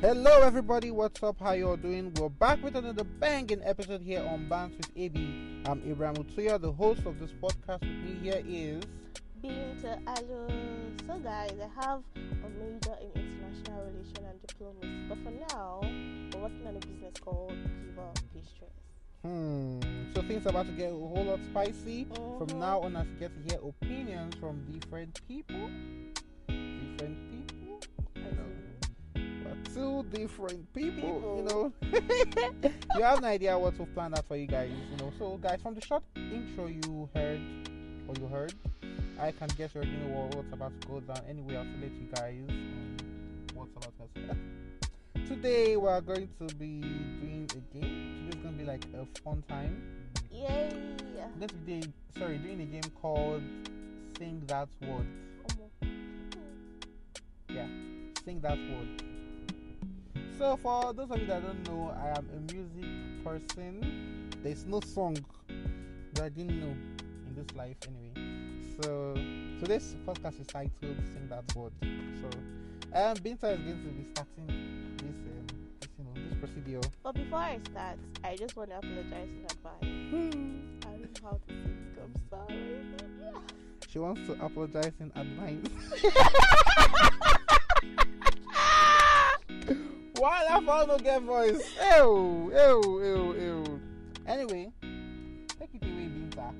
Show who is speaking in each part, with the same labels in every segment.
Speaker 1: Hello, everybody. What's up? How y'all doing? We're back with another banging episode here on Bands with AB. I'm Abraham Utsuya, the host of this podcast. With me here is
Speaker 2: Binta Alu. So, guys, I have a major in international relation and diplomacy, but for now, we're working on a business called Diva Pastries.
Speaker 1: hmm. So things are about to get a whole lot spicy. From
Speaker 2: Mhm.
Speaker 1: now on, I get to hear opinions from different people. Different people.
Speaker 2: I
Speaker 1: know. But two different people,
Speaker 2: People.
Speaker 1: you know. you have an idea what we've planned out for you guys, you know. So, guys, from the short intro you heard, or you heard, I can guess you already know what, what's about to go down. Anyway, I'll let you guys um, what's about to happen. Today, we're going to be doing a game. Today's going to be like a fun time.
Speaker 2: Yay! Uh,
Speaker 1: We're going to be doing, sorry, doing a game called Sing That Word.
Speaker 2: Omo.
Speaker 1: Sing that word. So, for those of you that don't know, I am a music person. There's no song that I didn't know in this life, anyway. So, today's podcast is titled "Sing That Word." So, um, Binta is going to be starting this, um, this you know, this procedure.
Speaker 2: But before I start, I just want to apologize in advance. I don't know how to sing. I'm sorry.
Speaker 1: She wants to apologize in advance. Why that found no girl voice? Mm. Ew, ew, ew, ew. Anyway, take it away, Binta.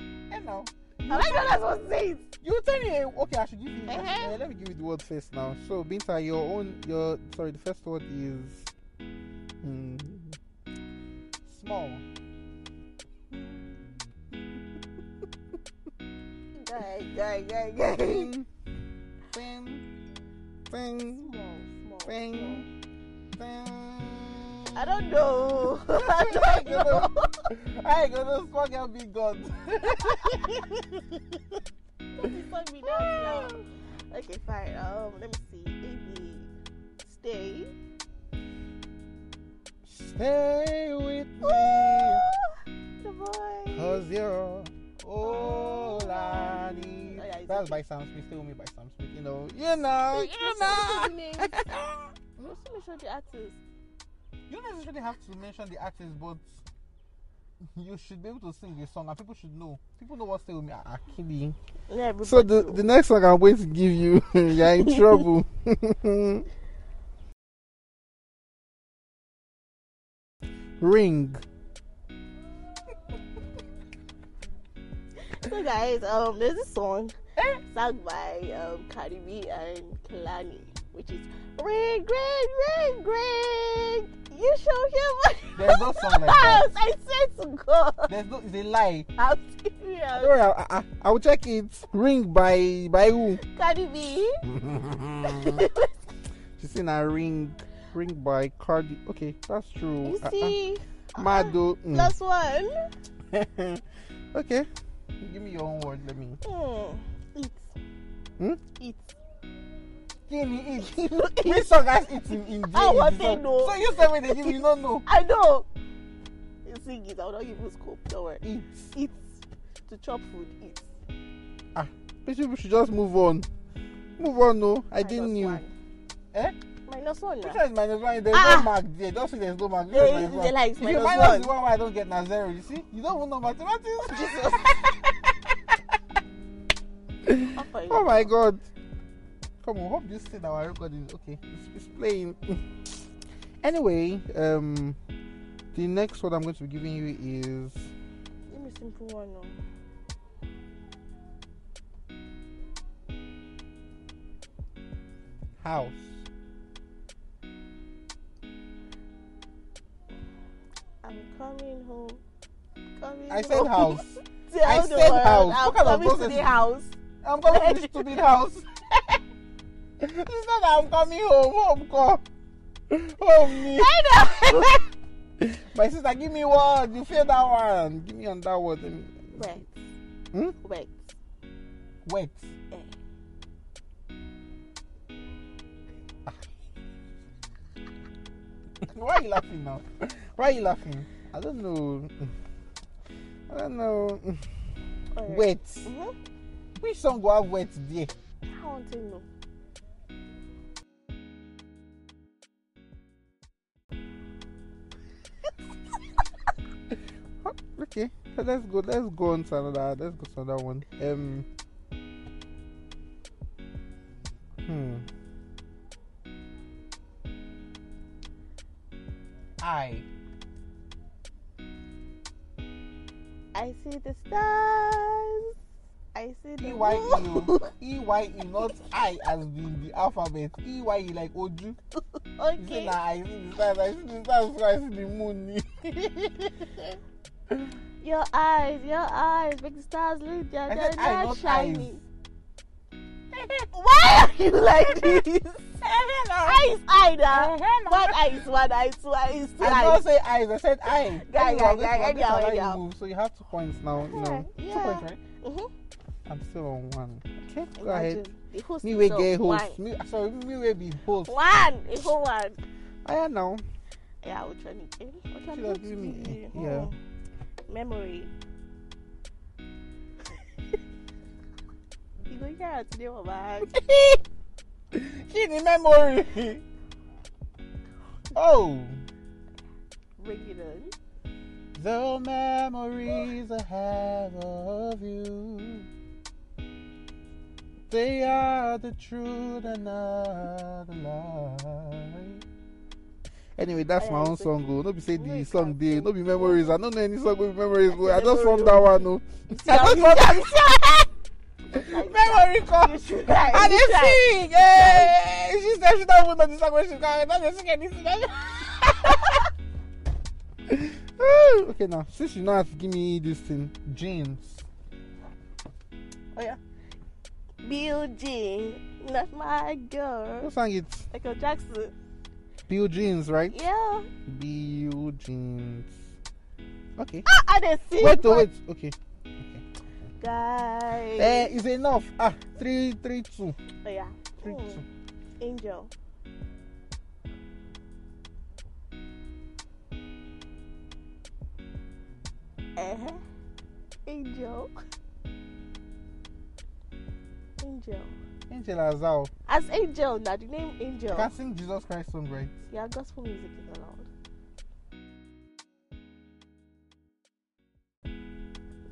Speaker 1: And now,
Speaker 2: I like that that's what sings.
Speaker 1: Eh, you tell me. Okay, I should give you. I should-
Speaker 2: Uh-huh.
Speaker 1: eh, let me give you the word first now. So, Binta, your own. Your sorry, the first word is mm, small.
Speaker 2: Guy, guy, guy, guy.
Speaker 1: Thing, thing, thing,
Speaker 2: Small, small, small.
Speaker 1: thing, thing.
Speaker 2: I don't know. I
Speaker 1: I
Speaker 2: don't know.
Speaker 1: I ain't gonna fuck y'all be gone.
Speaker 2: Please fuck me down now. Okay, fine. Um, let me see. Amy, stay.
Speaker 1: Stay with me.
Speaker 2: Ooh, the boy.
Speaker 1: Cause you're all I need.
Speaker 2: Oh, yeah, it's
Speaker 1: That's
Speaker 2: okay.
Speaker 1: by Sam Smith. Stay with me by Sam Smith. You know. You know.
Speaker 2: Wait,
Speaker 1: You
Speaker 2: what's-
Speaker 1: know.
Speaker 2: what's his name? You also mentioned the artist.
Speaker 1: you don't necessarily have to mention the artist, but you should be able to sing the song and people should know. People know what Stay With Me are actually.
Speaker 2: Yeah,
Speaker 1: So the,
Speaker 2: everybody know.
Speaker 1: the next song I'm going to give you, you're in trouble. Ring.
Speaker 2: So guys, um, there's a song sung by um Cardi B and Kalani, which is ring, ring, ring, ring. You shall hear my
Speaker 1: There's no song like that.
Speaker 2: voice. I swear to God,
Speaker 1: There's no, it's a lie.
Speaker 2: I'm
Speaker 1: Don't
Speaker 2: serious.
Speaker 1: worry, I, I, I will check it. Ring by by who?
Speaker 2: Cardi B.
Speaker 1: She's saying a ring, ring by Cardi. Okay, that's true.
Speaker 2: You see,
Speaker 1: Uh, uh, Mado.
Speaker 2: last one.
Speaker 1: mm. okay, give me your own word. Let me.
Speaker 2: Mm. Eat.
Speaker 1: Hmm?
Speaker 2: Eat.
Speaker 1: Skinny
Speaker 2: You
Speaker 1: eat.
Speaker 2: know,
Speaker 1: Which song has it in in
Speaker 2: I
Speaker 1: in
Speaker 2: want
Speaker 1: this song?
Speaker 2: to know.
Speaker 1: So you said when they give you no no
Speaker 2: I know. You sing it. I will not give you scope. Don't worry.
Speaker 1: eat.
Speaker 2: Eat. To chop food. Eat.
Speaker 1: People should just move on. Move on, no. I
Speaker 2: Minus
Speaker 1: didn't knew.
Speaker 2: one.
Speaker 1: Eh?
Speaker 2: Minus one.
Speaker 1: Which
Speaker 2: Now.
Speaker 1: one is minus one? There's
Speaker 2: Ah.
Speaker 1: no mark there. Don't say there's no mark. Which
Speaker 2: There
Speaker 1: one is
Speaker 2: is- there like
Speaker 1: If you
Speaker 2: minus
Speaker 1: minus
Speaker 2: one.
Speaker 1: the one where I don't get now zero. You see, you don't even know mathematics.
Speaker 2: Jesus. How far you
Speaker 1: Oh
Speaker 2: go?
Speaker 1: my god. Come on, hope this thing our recording is okay. It's, it's playing. anyway, um the next one I'm going to be giving you is
Speaker 2: Give me simple one. oh. Now.
Speaker 1: house.
Speaker 2: I'm coming home. Coming
Speaker 1: I said
Speaker 2: home.
Speaker 1: house.
Speaker 2: Tell
Speaker 1: I
Speaker 2: the
Speaker 1: said
Speaker 2: world
Speaker 1: house.
Speaker 2: I'm
Speaker 1: What kind of
Speaker 2: coming
Speaker 1: nonsense
Speaker 2: to the
Speaker 1: is-
Speaker 2: house.
Speaker 1: I'm coming to this stupid house. it's not that I'm coming home, home come. Home me.
Speaker 2: I know.
Speaker 1: My sister, give me one. You feel that one. Give me on that one. Let me-
Speaker 2: Wet.
Speaker 1: Hmm?
Speaker 2: Wet.
Speaker 1: Wet.
Speaker 2: Eh.
Speaker 1: Why are you laughing now? Why are you laughing? I don't know. I don't know.
Speaker 2: Alright.
Speaker 1: Wet.
Speaker 2: Mhm.
Speaker 1: Which song go have wet there?
Speaker 2: I want to know.
Speaker 1: Okay, so let's go. Let's go on to another. Let's go to another one. Um. Hmm. I.
Speaker 2: I see the stars. I see the
Speaker 1: E Y E
Speaker 2: moon.
Speaker 1: O. E Y E, not I as in the alphabet. E Y E like Oju. You say
Speaker 2: okay.
Speaker 1: na I see the stars, I see the stars, so I see the moon.
Speaker 2: Your eyes, your eyes, make the stars look they're,
Speaker 1: I
Speaker 2: they're,
Speaker 1: said I,
Speaker 2: they're
Speaker 1: not
Speaker 2: shiny.
Speaker 1: eyes.
Speaker 2: Why are you like this? eyes, eye now.
Speaker 1: Hello.
Speaker 2: One eye is one eye, two eyes, two
Speaker 1: I did
Speaker 2: eyes.
Speaker 1: not say eyes, I said I.
Speaker 2: Yeah,
Speaker 1: Anyway,
Speaker 2: yeah,
Speaker 1: this one-
Speaker 2: yeah,
Speaker 1: this
Speaker 2: yeah,
Speaker 1: one I
Speaker 2: yeah.
Speaker 1: move, so you have two points now. You know. Two
Speaker 2: Yeah,
Speaker 1: points, right?
Speaker 2: Mhm.
Speaker 1: I'm still on one. Okay, go ahead.
Speaker 2: Imagine. The host
Speaker 1: Me
Speaker 2: is
Speaker 1: we
Speaker 2: so
Speaker 1: get host.
Speaker 2: wide.
Speaker 1: Me, sorry, me we be host.
Speaker 2: One, a whole one.
Speaker 1: I don't know.
Speaker 2: Yeah, which one is it? What I'm
Speaker 1: Should
Speaker 2: not
Speaker 1: have given me- Eh,
Speaker 2: busy.
Speaker 1: yeah.
Speaker 2: Hmm. Memory. you going to get today, Mama.
Speaker 1: She in memory. oh,
Speaker 2: Bring it on.
Speaker 1: the memories I have of you. They are the truth and not a lie. Anyway, that's my
Speaker 2: Alright,
Speaker 1: own
Speaker 2: so-
Speaker 1: song. Oh, no be say
Speaker 2: No,
Speaker 1: the
Speaker 2: you
Speaker 1: song
Speaker 2: can't
Speaker 1: day,
Speaker 2: sing.
Speaker 1: no be memories. I don't know any song with memories. oh. I just
Speaker 2: Memory,
Speaker 1: sung
Speaker 2: oh.
Speaker 1: that one. No,
Speaker 2: See how you-
Speaker 1: memory
Speaker 2: You
Speaker 1: comes.
Speaker 2: should try,
Speaker 1: I
Speaker 2: you
Speaker 1: didn't
Speaker 2: try.
Speaker 1: sing. Hey, she said she don't even know the song when she got it. Now they
Speaker 2: é
Speaker 1: sing anything.
Speaker 2: né?
Speaker 1: Ooh, Uh, okay, now since you know how to give me this thing, James. Oh yeah,
Speaker 2: Bill Jean, not my
Speaker 1: who
Speaker 2: girl.
Speaker 1: sang it?
Speaker 2: Michael Jackson.
Speaker 1: Bill Jeans, right?
Speaker 2: Yeah.
Speaker 1: Bill Jeans. Okay.
Speaker 2: Ah, I didn't see
Speaker 1: Wait,
Speaker 2: it,
Speaker 1: oh,
Speaker 2: but-
Speaker 1: wait. Okay.
Speaker 2: Guys.
Speaker 1: Eh, it's enough. Ah, three, three, two,
Speaker 2: Oh, yeah.
Speaker 1: three,
Speaker 2: Hmm.
Speaker 1: two.
Speaker 2: Angel. Uh-huh. Angel. Angel.
Speaker 1: Angel Azal.
Speaker 2: As Angel, now the name
Speaker 1: You
Speaker 2: Angel.
Speaker 1: can sing assim, Jesus Christ song, right?
Speaker 2: Yeah, gospel music is allowed.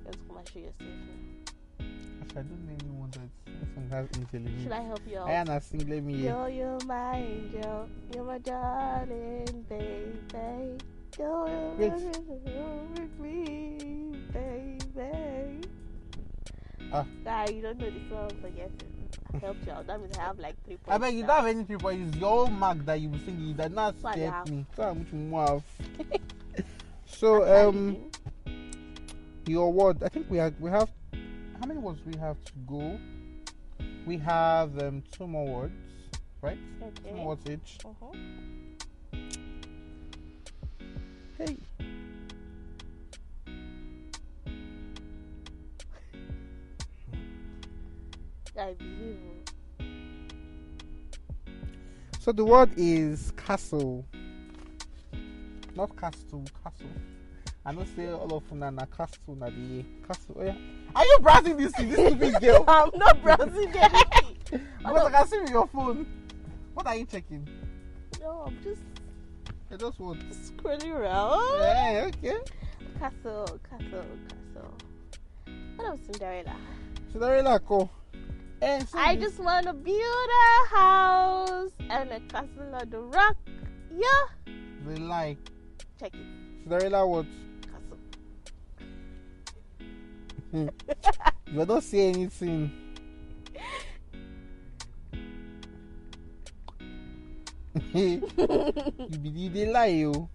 Speaker 2: Let's come and show yourself now.
Speaker 1: Actually, I don't know anyone that that song has Angel in
Speaker 2: Should
Speaker 1: it.
Speaker 2: I help you out?
Speaker 1: Ayana, sing. Let me hear.
Speaker 2: Girl, you're my angel. You're my darling, baby. Girl,
Speaker 1: Wait.
Speaker 2: you're with me, baby.
Speaker 1: Ah.
Speaker 2: Guy, you don't know the song, forget it. I helped you out. That means I have like three points.
Speaker 1: I bet you don't
Speaker 2: now.
Speaker 1: have any people. It's your own mark that you be singing. You did not
Speaker 2: What
Speaker 1: get
Speaker 2: now?
Speaker 1: me. So how much more have?
Speaker 2: I can't
Speaker 1: So um,
Speaker 2: even-
Speaker 1: your word. I think we have we have. How many words we have to go? We have um two more words, right? Two
Speaker 2: Okay.
Speaker 1: more words each.
Speaker 2: Uh-huh.
Speaker 1: Hey.
Speaker 2: I believe. you.
Speaker 1: So the word is castle. Not castle, castle. I don't say all of Nana castle na the castle. Oh, yeah. Are you browsing this this stupid girl?
Speaker 2: I'm not browsing anything.
Speaker 1: Because I can see with your phone. What are you checking?
Speaker 2: no, I'm just
Speaker 1: I just what?
Speaker 2: scrolling around.
Speaker 1: Yeah, okay.
Speaker 2: Castle, castle, castle. What up, Cinderella?
Speaker 1: Cinderella ko. Eh, so
Speaker 2: I
Speaker 1: this-
Speaker 2: just want to build a house and a castle on the rock. Yeah.
Speaker 1: they like
Speaker 2: Check it.
Speaker 1: Cinderella what?
Speaker 2: Castle.
Speaker 1: You don't say anything. you be they lie oh. you.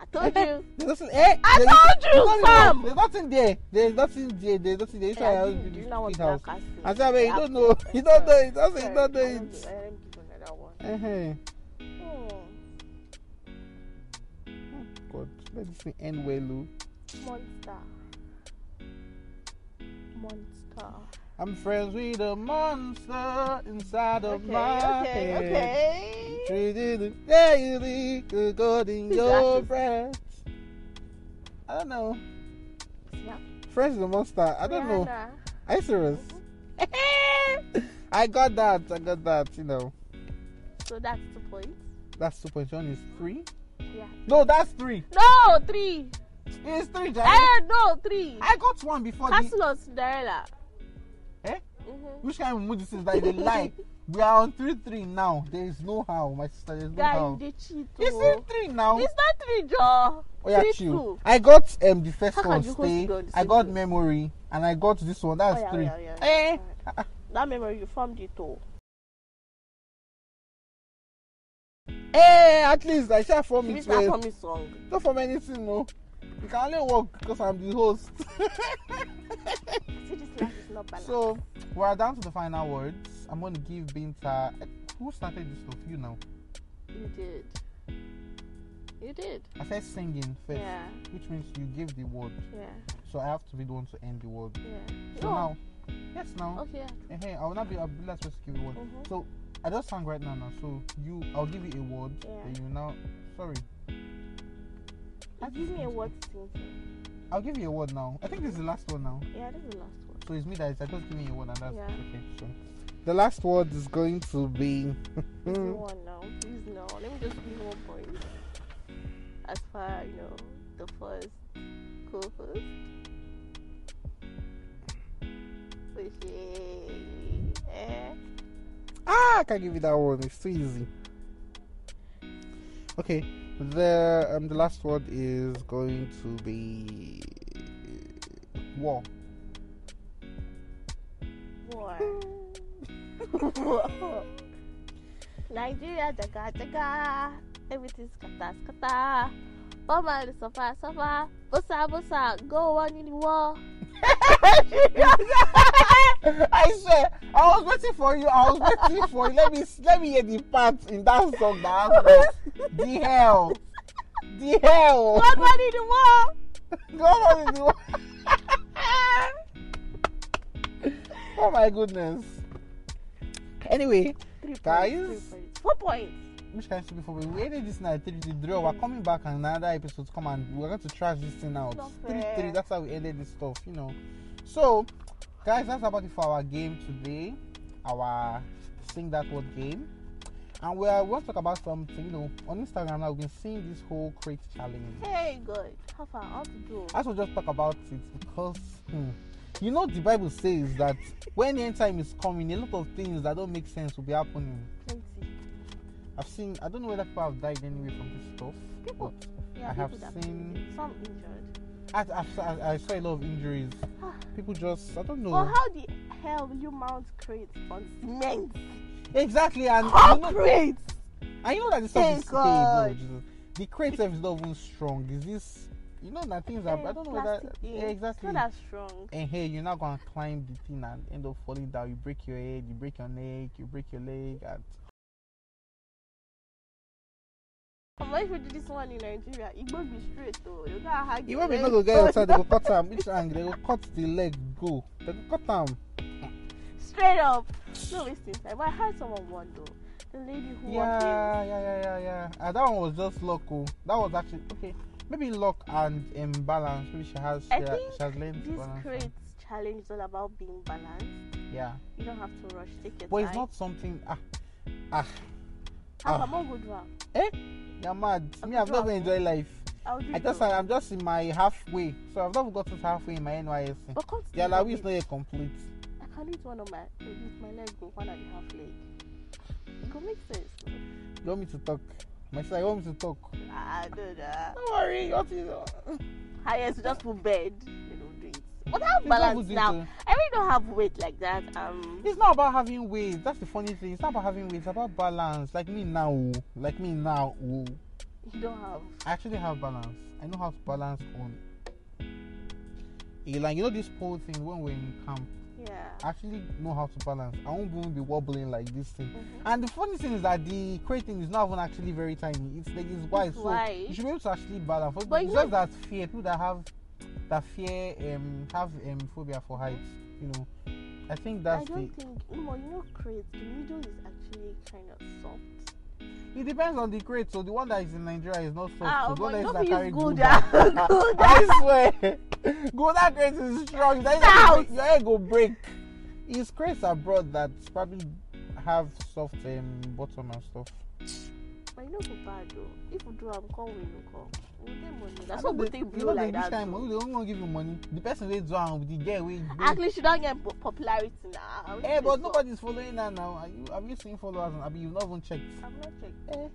Speaker 2: I told you.
Speaker 1: There's nothing. Eh,
Speaker 2: I
Speaker 1: there is-
Speaker 2: told you,
Speaker 1: there's nothing-
Speaker 2: come.
Speaker 1: There's nothing there. There's nothing there. There's nothing there. You
Speaker 2: Hey, I
Speaker 1: try
Speaker 2: didn't-
Speaker 1: to
Speaker 2: do
Speaker 1: help
Speaker 2: not
Speaker 1: me
Speaker 2: want
Speaker 1: with
Speaker 2: to
Speaker 1: house.
Speaker 2: castle.
Speaker 1: I said, man, you don't know. You don't know it. I said, you don't
Speaker 2: Sorry,
Speaker 1: know
Speaker 2: I don't
Speaker 1: it.
Speaker 2: do- I don't give another one.
Speaker 1: Uh-huh.
Speaker 2: Hmm.
Speaker 1: God, let this thing end well, oh. Lou.
Speaker 2: Hmm, Monster. Monster.
Speaker 1: I'm friends with a monster inside of
Speaker 2: Okay,
Speaker 1: my
Speaker 2: okay,
Speaker 1: head.
Speaker 2: okay.
Speaker 1: Treated it daily, good God in
Speaker 2: Who's
Speaker 1: your
Speaker 2: that?
Speaker 1: breath. I don't know.
Speaker 2: Snap.
Speaker 1: French the monster. I don't know.
Speaker 2: Rihanna.
Speaker 1: Are you serious? I got that. I got that. You know,
Speaker 2: so that's two points.
Speaker 1: that's two point one is three.
Speaker 2: Yeah.
Speaker 1: No, that's three.
Speaker 2: No, three.
Speaker 1: It's three, Jerry.
Speaker 2: Eh, no, three.
Speaker 1: I got one before. The,
Speaker 2: Castle of Cinderella.
Speaker 1: Eh?
Speaker 2: Mm-hmm.
Speaker 1: which kind of mood this is that they lie? We are on three three now. There is no how, my sister. There's no
Speaker 2: Guys,
Speaker 1: how.
Speaker 2: they cheat.
Speaker 1: It's
Speaker 2: oh.
Speaker 1: three three now.
Speaker 2: It's not three, Joe.
Speaker 1: Oh yeah,
Speaker 2: three,
Speaker 1: chill.
Speaker 2: two.
Speaker 1: I got um the first
Speaker 2: How can
Speaker 1: one
Speaker 2: you host
Speaker 1: stay.
Speaker 2: me on the
Speaker 1: I
Speaker 2: same
Speaker 1: got
Speaker 2: day?
Speaker 1: memory and I got this one. That's
Speaker 2: oh, yeah,
Speaker 1: three.
Speaker 2: Yeah, yeah,
Speaker 1: Eh?
Speaker 2: Alright. That memory, you formed it oh. all.
Speaker 1: Eh? At least I shall form
Speaker 2: Should we
Speaker 1: it
Speaker 2: start
Speaker 1: well.
Speaker 2: from his song?
Speaker 1: Not form anything, no. You can only work because I'm the host.
Speaker 2: See, this life is not balanced.
Speaker 1: so we are down to the final words. I'm gonna give Binta. eh, Who started this stuff? You now.
Speaker 2: you did. You did.
Speaker 1: I said singing first,
Speaker 2: Yeah,
Speaker 1: which means you gave the word.
Speaker 2: yeah,
Speaker 1: So I have to be the one to end the word.
Speaker 2: yeah.
Speaker 1: So
Speaker 2: no.
Speaker 1: now, yes, now.
Speaker 2: Oh.
Speaker 1: Eh,
Speaker 2: Okay.
Speaker 1: Hey, I will not be. I'll be last person to give you one.
Speaker 2: Mhm.
Speaker 1: So I just sang right now, now. So you, I'll give you a word.
Speaker 2: Yeah.
Speaker 1: And you now, sorry, I
Speaker 2: Give me a
Speaker 1: think-
Speaker 2: word to sing to.
Speaker 1: I'll give you a word now. I think this is the last one now.
Speaker 2: Yeah, this is the last one.
Speaker 1: So it's me that is. I just give you a word, and that's
Speaker 2: Yeah.
Speaker 1: okay. So the last word is going to be.
Speaker 2: Give
Speaker 1: Mm.
Speaker 2: me one now. Please, no. Let me just give you one point. As far, you know, the first co host. Which is. Eh.
Speaker 1: ah, I can't give you that one. It's too easy. Okay, the um the last word is going to be war.
Speaker 2: War. Nigeria, jaga, jaga. Everything's kata, kata. Mama, the sofa, sofa. Bossa, bossa. Go on in the war.
Speaker 1: I swear, I was waiting for you. I was waiting for you. Let me let me hear the part in that song. That has got the hell, the hell.
Speaker 2: Go on in the war.
Speaker 1: Go on with the- oh my goodness. Anyway,
Speaker 2: Three points,
Speaker 1: Guys.
Speaker 2: three points. Four points.
Speaker 1: which kind of before we we ended this night three three draw. We're coming back on another episode. Come and we're going to trash this thing out.
Speaker 2: Not
Speaker 1: Three
Speaker 2: fair.
Speaker 1: three. That's how we ended this stuff. You know. So, guys, that's about it for our game today. Our sing that word game. And we are want to talk about something, you know, on Instagram now we've been seeing this whole crate challenge.
Speaker 2: Very good. How far? How to do?
Speaker 1: I should just talk about it because hmm, you know the Bible says that when the end time is coming, a lot of things that don't make sense will be happening.
Speaker 2: Plenty.
Speaker 1: I've seen I don't know whether people have died anyway from this stuff.
Speaker 2: People. Yeah,
Speaker 1: I have
Speaker 2: people that-
Speaker 1: seen-
Speaker 2: some injured.
Speaker 1: But I, I, I, I saw a lot of injuries.
Speaker 2: Ah.
Speaker 1: People just I don't know
Speaker 2: But how the hell will you mount crates on cement?
Speaker 1: exactly and
Speaker 2: How
Speaker 1: you know,
Speaker 2: crates?
Speaker 1: I know that the stuff is
Speaker 2: Thank
Speaker 1: paid. Oh,
Speaker 2: God.
Speaker 1: Jesus. The crate itself is not even strong. Is this you know that things are I don't know whether
Speaker 2: Eh, Plastic
Speaker 1: yeah,
Speaker 2: thing.
Speaker 1: exactly.
Speaker 2: It's not as strong.
Speaker 1: and hey, you're not gonna climb the thing and end up falling down. You break your head, you break your neck, you break your leg, and
Speaker 2: I'm not even do this one in Nigeria. It will be straight though. You gotta hug
Speaker 1: you
Speaker 2: your
Speaker 1: won't be
Speaker 2: leg.
Speaker 1: able to get outside. They go cut them each angle. They go cut the leg. Go. They go cut them.
Speaker 2: Straight up. No wasting time. But I heard someone one though. The lady who walked
Speaker 1: Yeah, yeah, yeah, yeah, yeah. Ah, that one was just luck. Oh, that was actually okay. Maybe luck and imbalance. Maybe she has she,
Speaker 2: I
Speaker 1: ha-
Speaker 2: think
Speaker 1: she has learned to
Speaker 2: in. This
Speaker 1: balance. them.
Speaker 2: crates challenge is all about being balanced.
Speaker 1: Yeah,
Speaker 2: You don't have to rush. Take your
Speaker 1: but
Speaker 2: time.
Speaker 1: it's not something. Ah,
Speaker 2: Have
Speaker 1: ah.
Speaker 2: a more good one.
Speaker 1: you're mad. Me,
Speaker 2: I'm
Speaker 1: I've never
Speaker 2: drunk.
Speaker 1: enjoyed life.
Speaker 2: I'll do
Speaker 1: I just,
Speaker 2: though.
Speaker 1: I'm just in my halfway. So I've not got to halfway in my NYSC.
Speaker 2: But come to
Speaker 1: The
Speaker 2: think of
Speaker 1: Alawi is
Speaker 2: it,
Speaker 1: not yet complete.
Speaker 2: I can eat one of my with my leg go one and a half leg. It go make sense.
Speaker 1: You want me to talk? My sister, you want me to talk?
Speaker 2: I do that.
Speaker 1: Don't worry. You want me to
Speaker 2: Highest Ah, just for bed. You don't do it. But
Speaker 1: It's
Speaker 2: have
Speaker 1: not
Speaker 2: balance
Speaker 1: good
Speaker 2: now.
Speaker 1: to-
Speaker 2: I really don't have weight like that. Um.
Speaker 1: It's not about having weight. That's the funny thing. It's not about having weight. It's about balance. Like me now. oh. Like me now. oh.
Speaker 2: You don't have.
Speaker 1: I actually have balance. I know how to balance on. Eh, Like you know this pole thing when we're in camp.
Speaker 2: Yeah.
Speaker 1: I actually know how to balance. I won't even be wobbling like this thing.
Speaker 2: Mhm.
Speaker 1: And the funny thing is that the crate thing is not even actually very tiny. It's like it's wide,
Speaker 2: It's
Speaker 1: so
Speaker 2: wide.
Speaker 1: you should be able to actually balance. But,
Speaker 2: But
Speaker 1: it's
Speaker 2: you
Speaker 1: just that fear people that have that fear um have um phobia for heights. You know, I think
Speaker 2: I
Speaker 1: that's the
Speaker 2: don't think. No, you know, crates. The middle is actually kind of soft.
Speaker 1: It depends on the crate. So the one that is in Nigeria is not soft. so
Speaker 2: Ah, omo,
Speaker 1: let
Speaker 2: you
Speaker 1: it
Speaker 2: no be
Speaker 1: carry
Speaker 2: use
Speaker 1: Gouda.
Speaker 2: Gouda. Gouda.
Speaker 1: I swear, Gouda crate is strong. That is
Speaker 2: Stout.
Speaker 1: your head go break. His crates abroad that probably have soft um, bottom and stuff.
Speaker 2: But you know go bad though. If you do, I'm come win, you come. We get money. That's
Speaker 1: I know
Speaker 2: what we
Speaker 1: they-
Speaker 2: think
Speaker 1: you
Speaker 2: blue
Speaker 1: know they
Speaker 2: like
Speaker 1: this
Speaker 2: that.
Speaker 1: Time,
Speaker 2: too.
Speaker 1: who they don't want to give you money. The person they do am with the girl we.
Speaker 2: Actually, she don't get po- popularity now.
Speaker 1: Hey, but nobody's following her now. Are you, have you seen followers? I mean, you've not even checked.
Speaker 2: I'm not checking.
Speaker 1: Eh,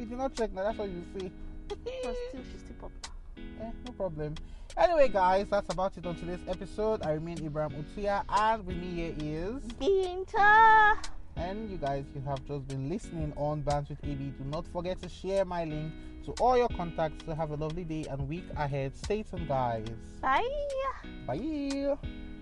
Speaker 1: if you not check now, that's what you see.
Speaker 2: But still, she's still popular.
Speaker 1: Eh, no problem. Anyway, guys, that's about it on today's episode. I remain Ibrahim Utia, and with me here is.
Speaker 2: Being tough.
Speaker 1: And you guys, you have just been listening on Bands with AB. Do not forget to share my link to all your contacts.
Speaker 2: 哎
Speaker 1: So have a lovely day and week ahead. Stay tuned, guys.
Speaker 2: Bye.
Speaker 1: Bye.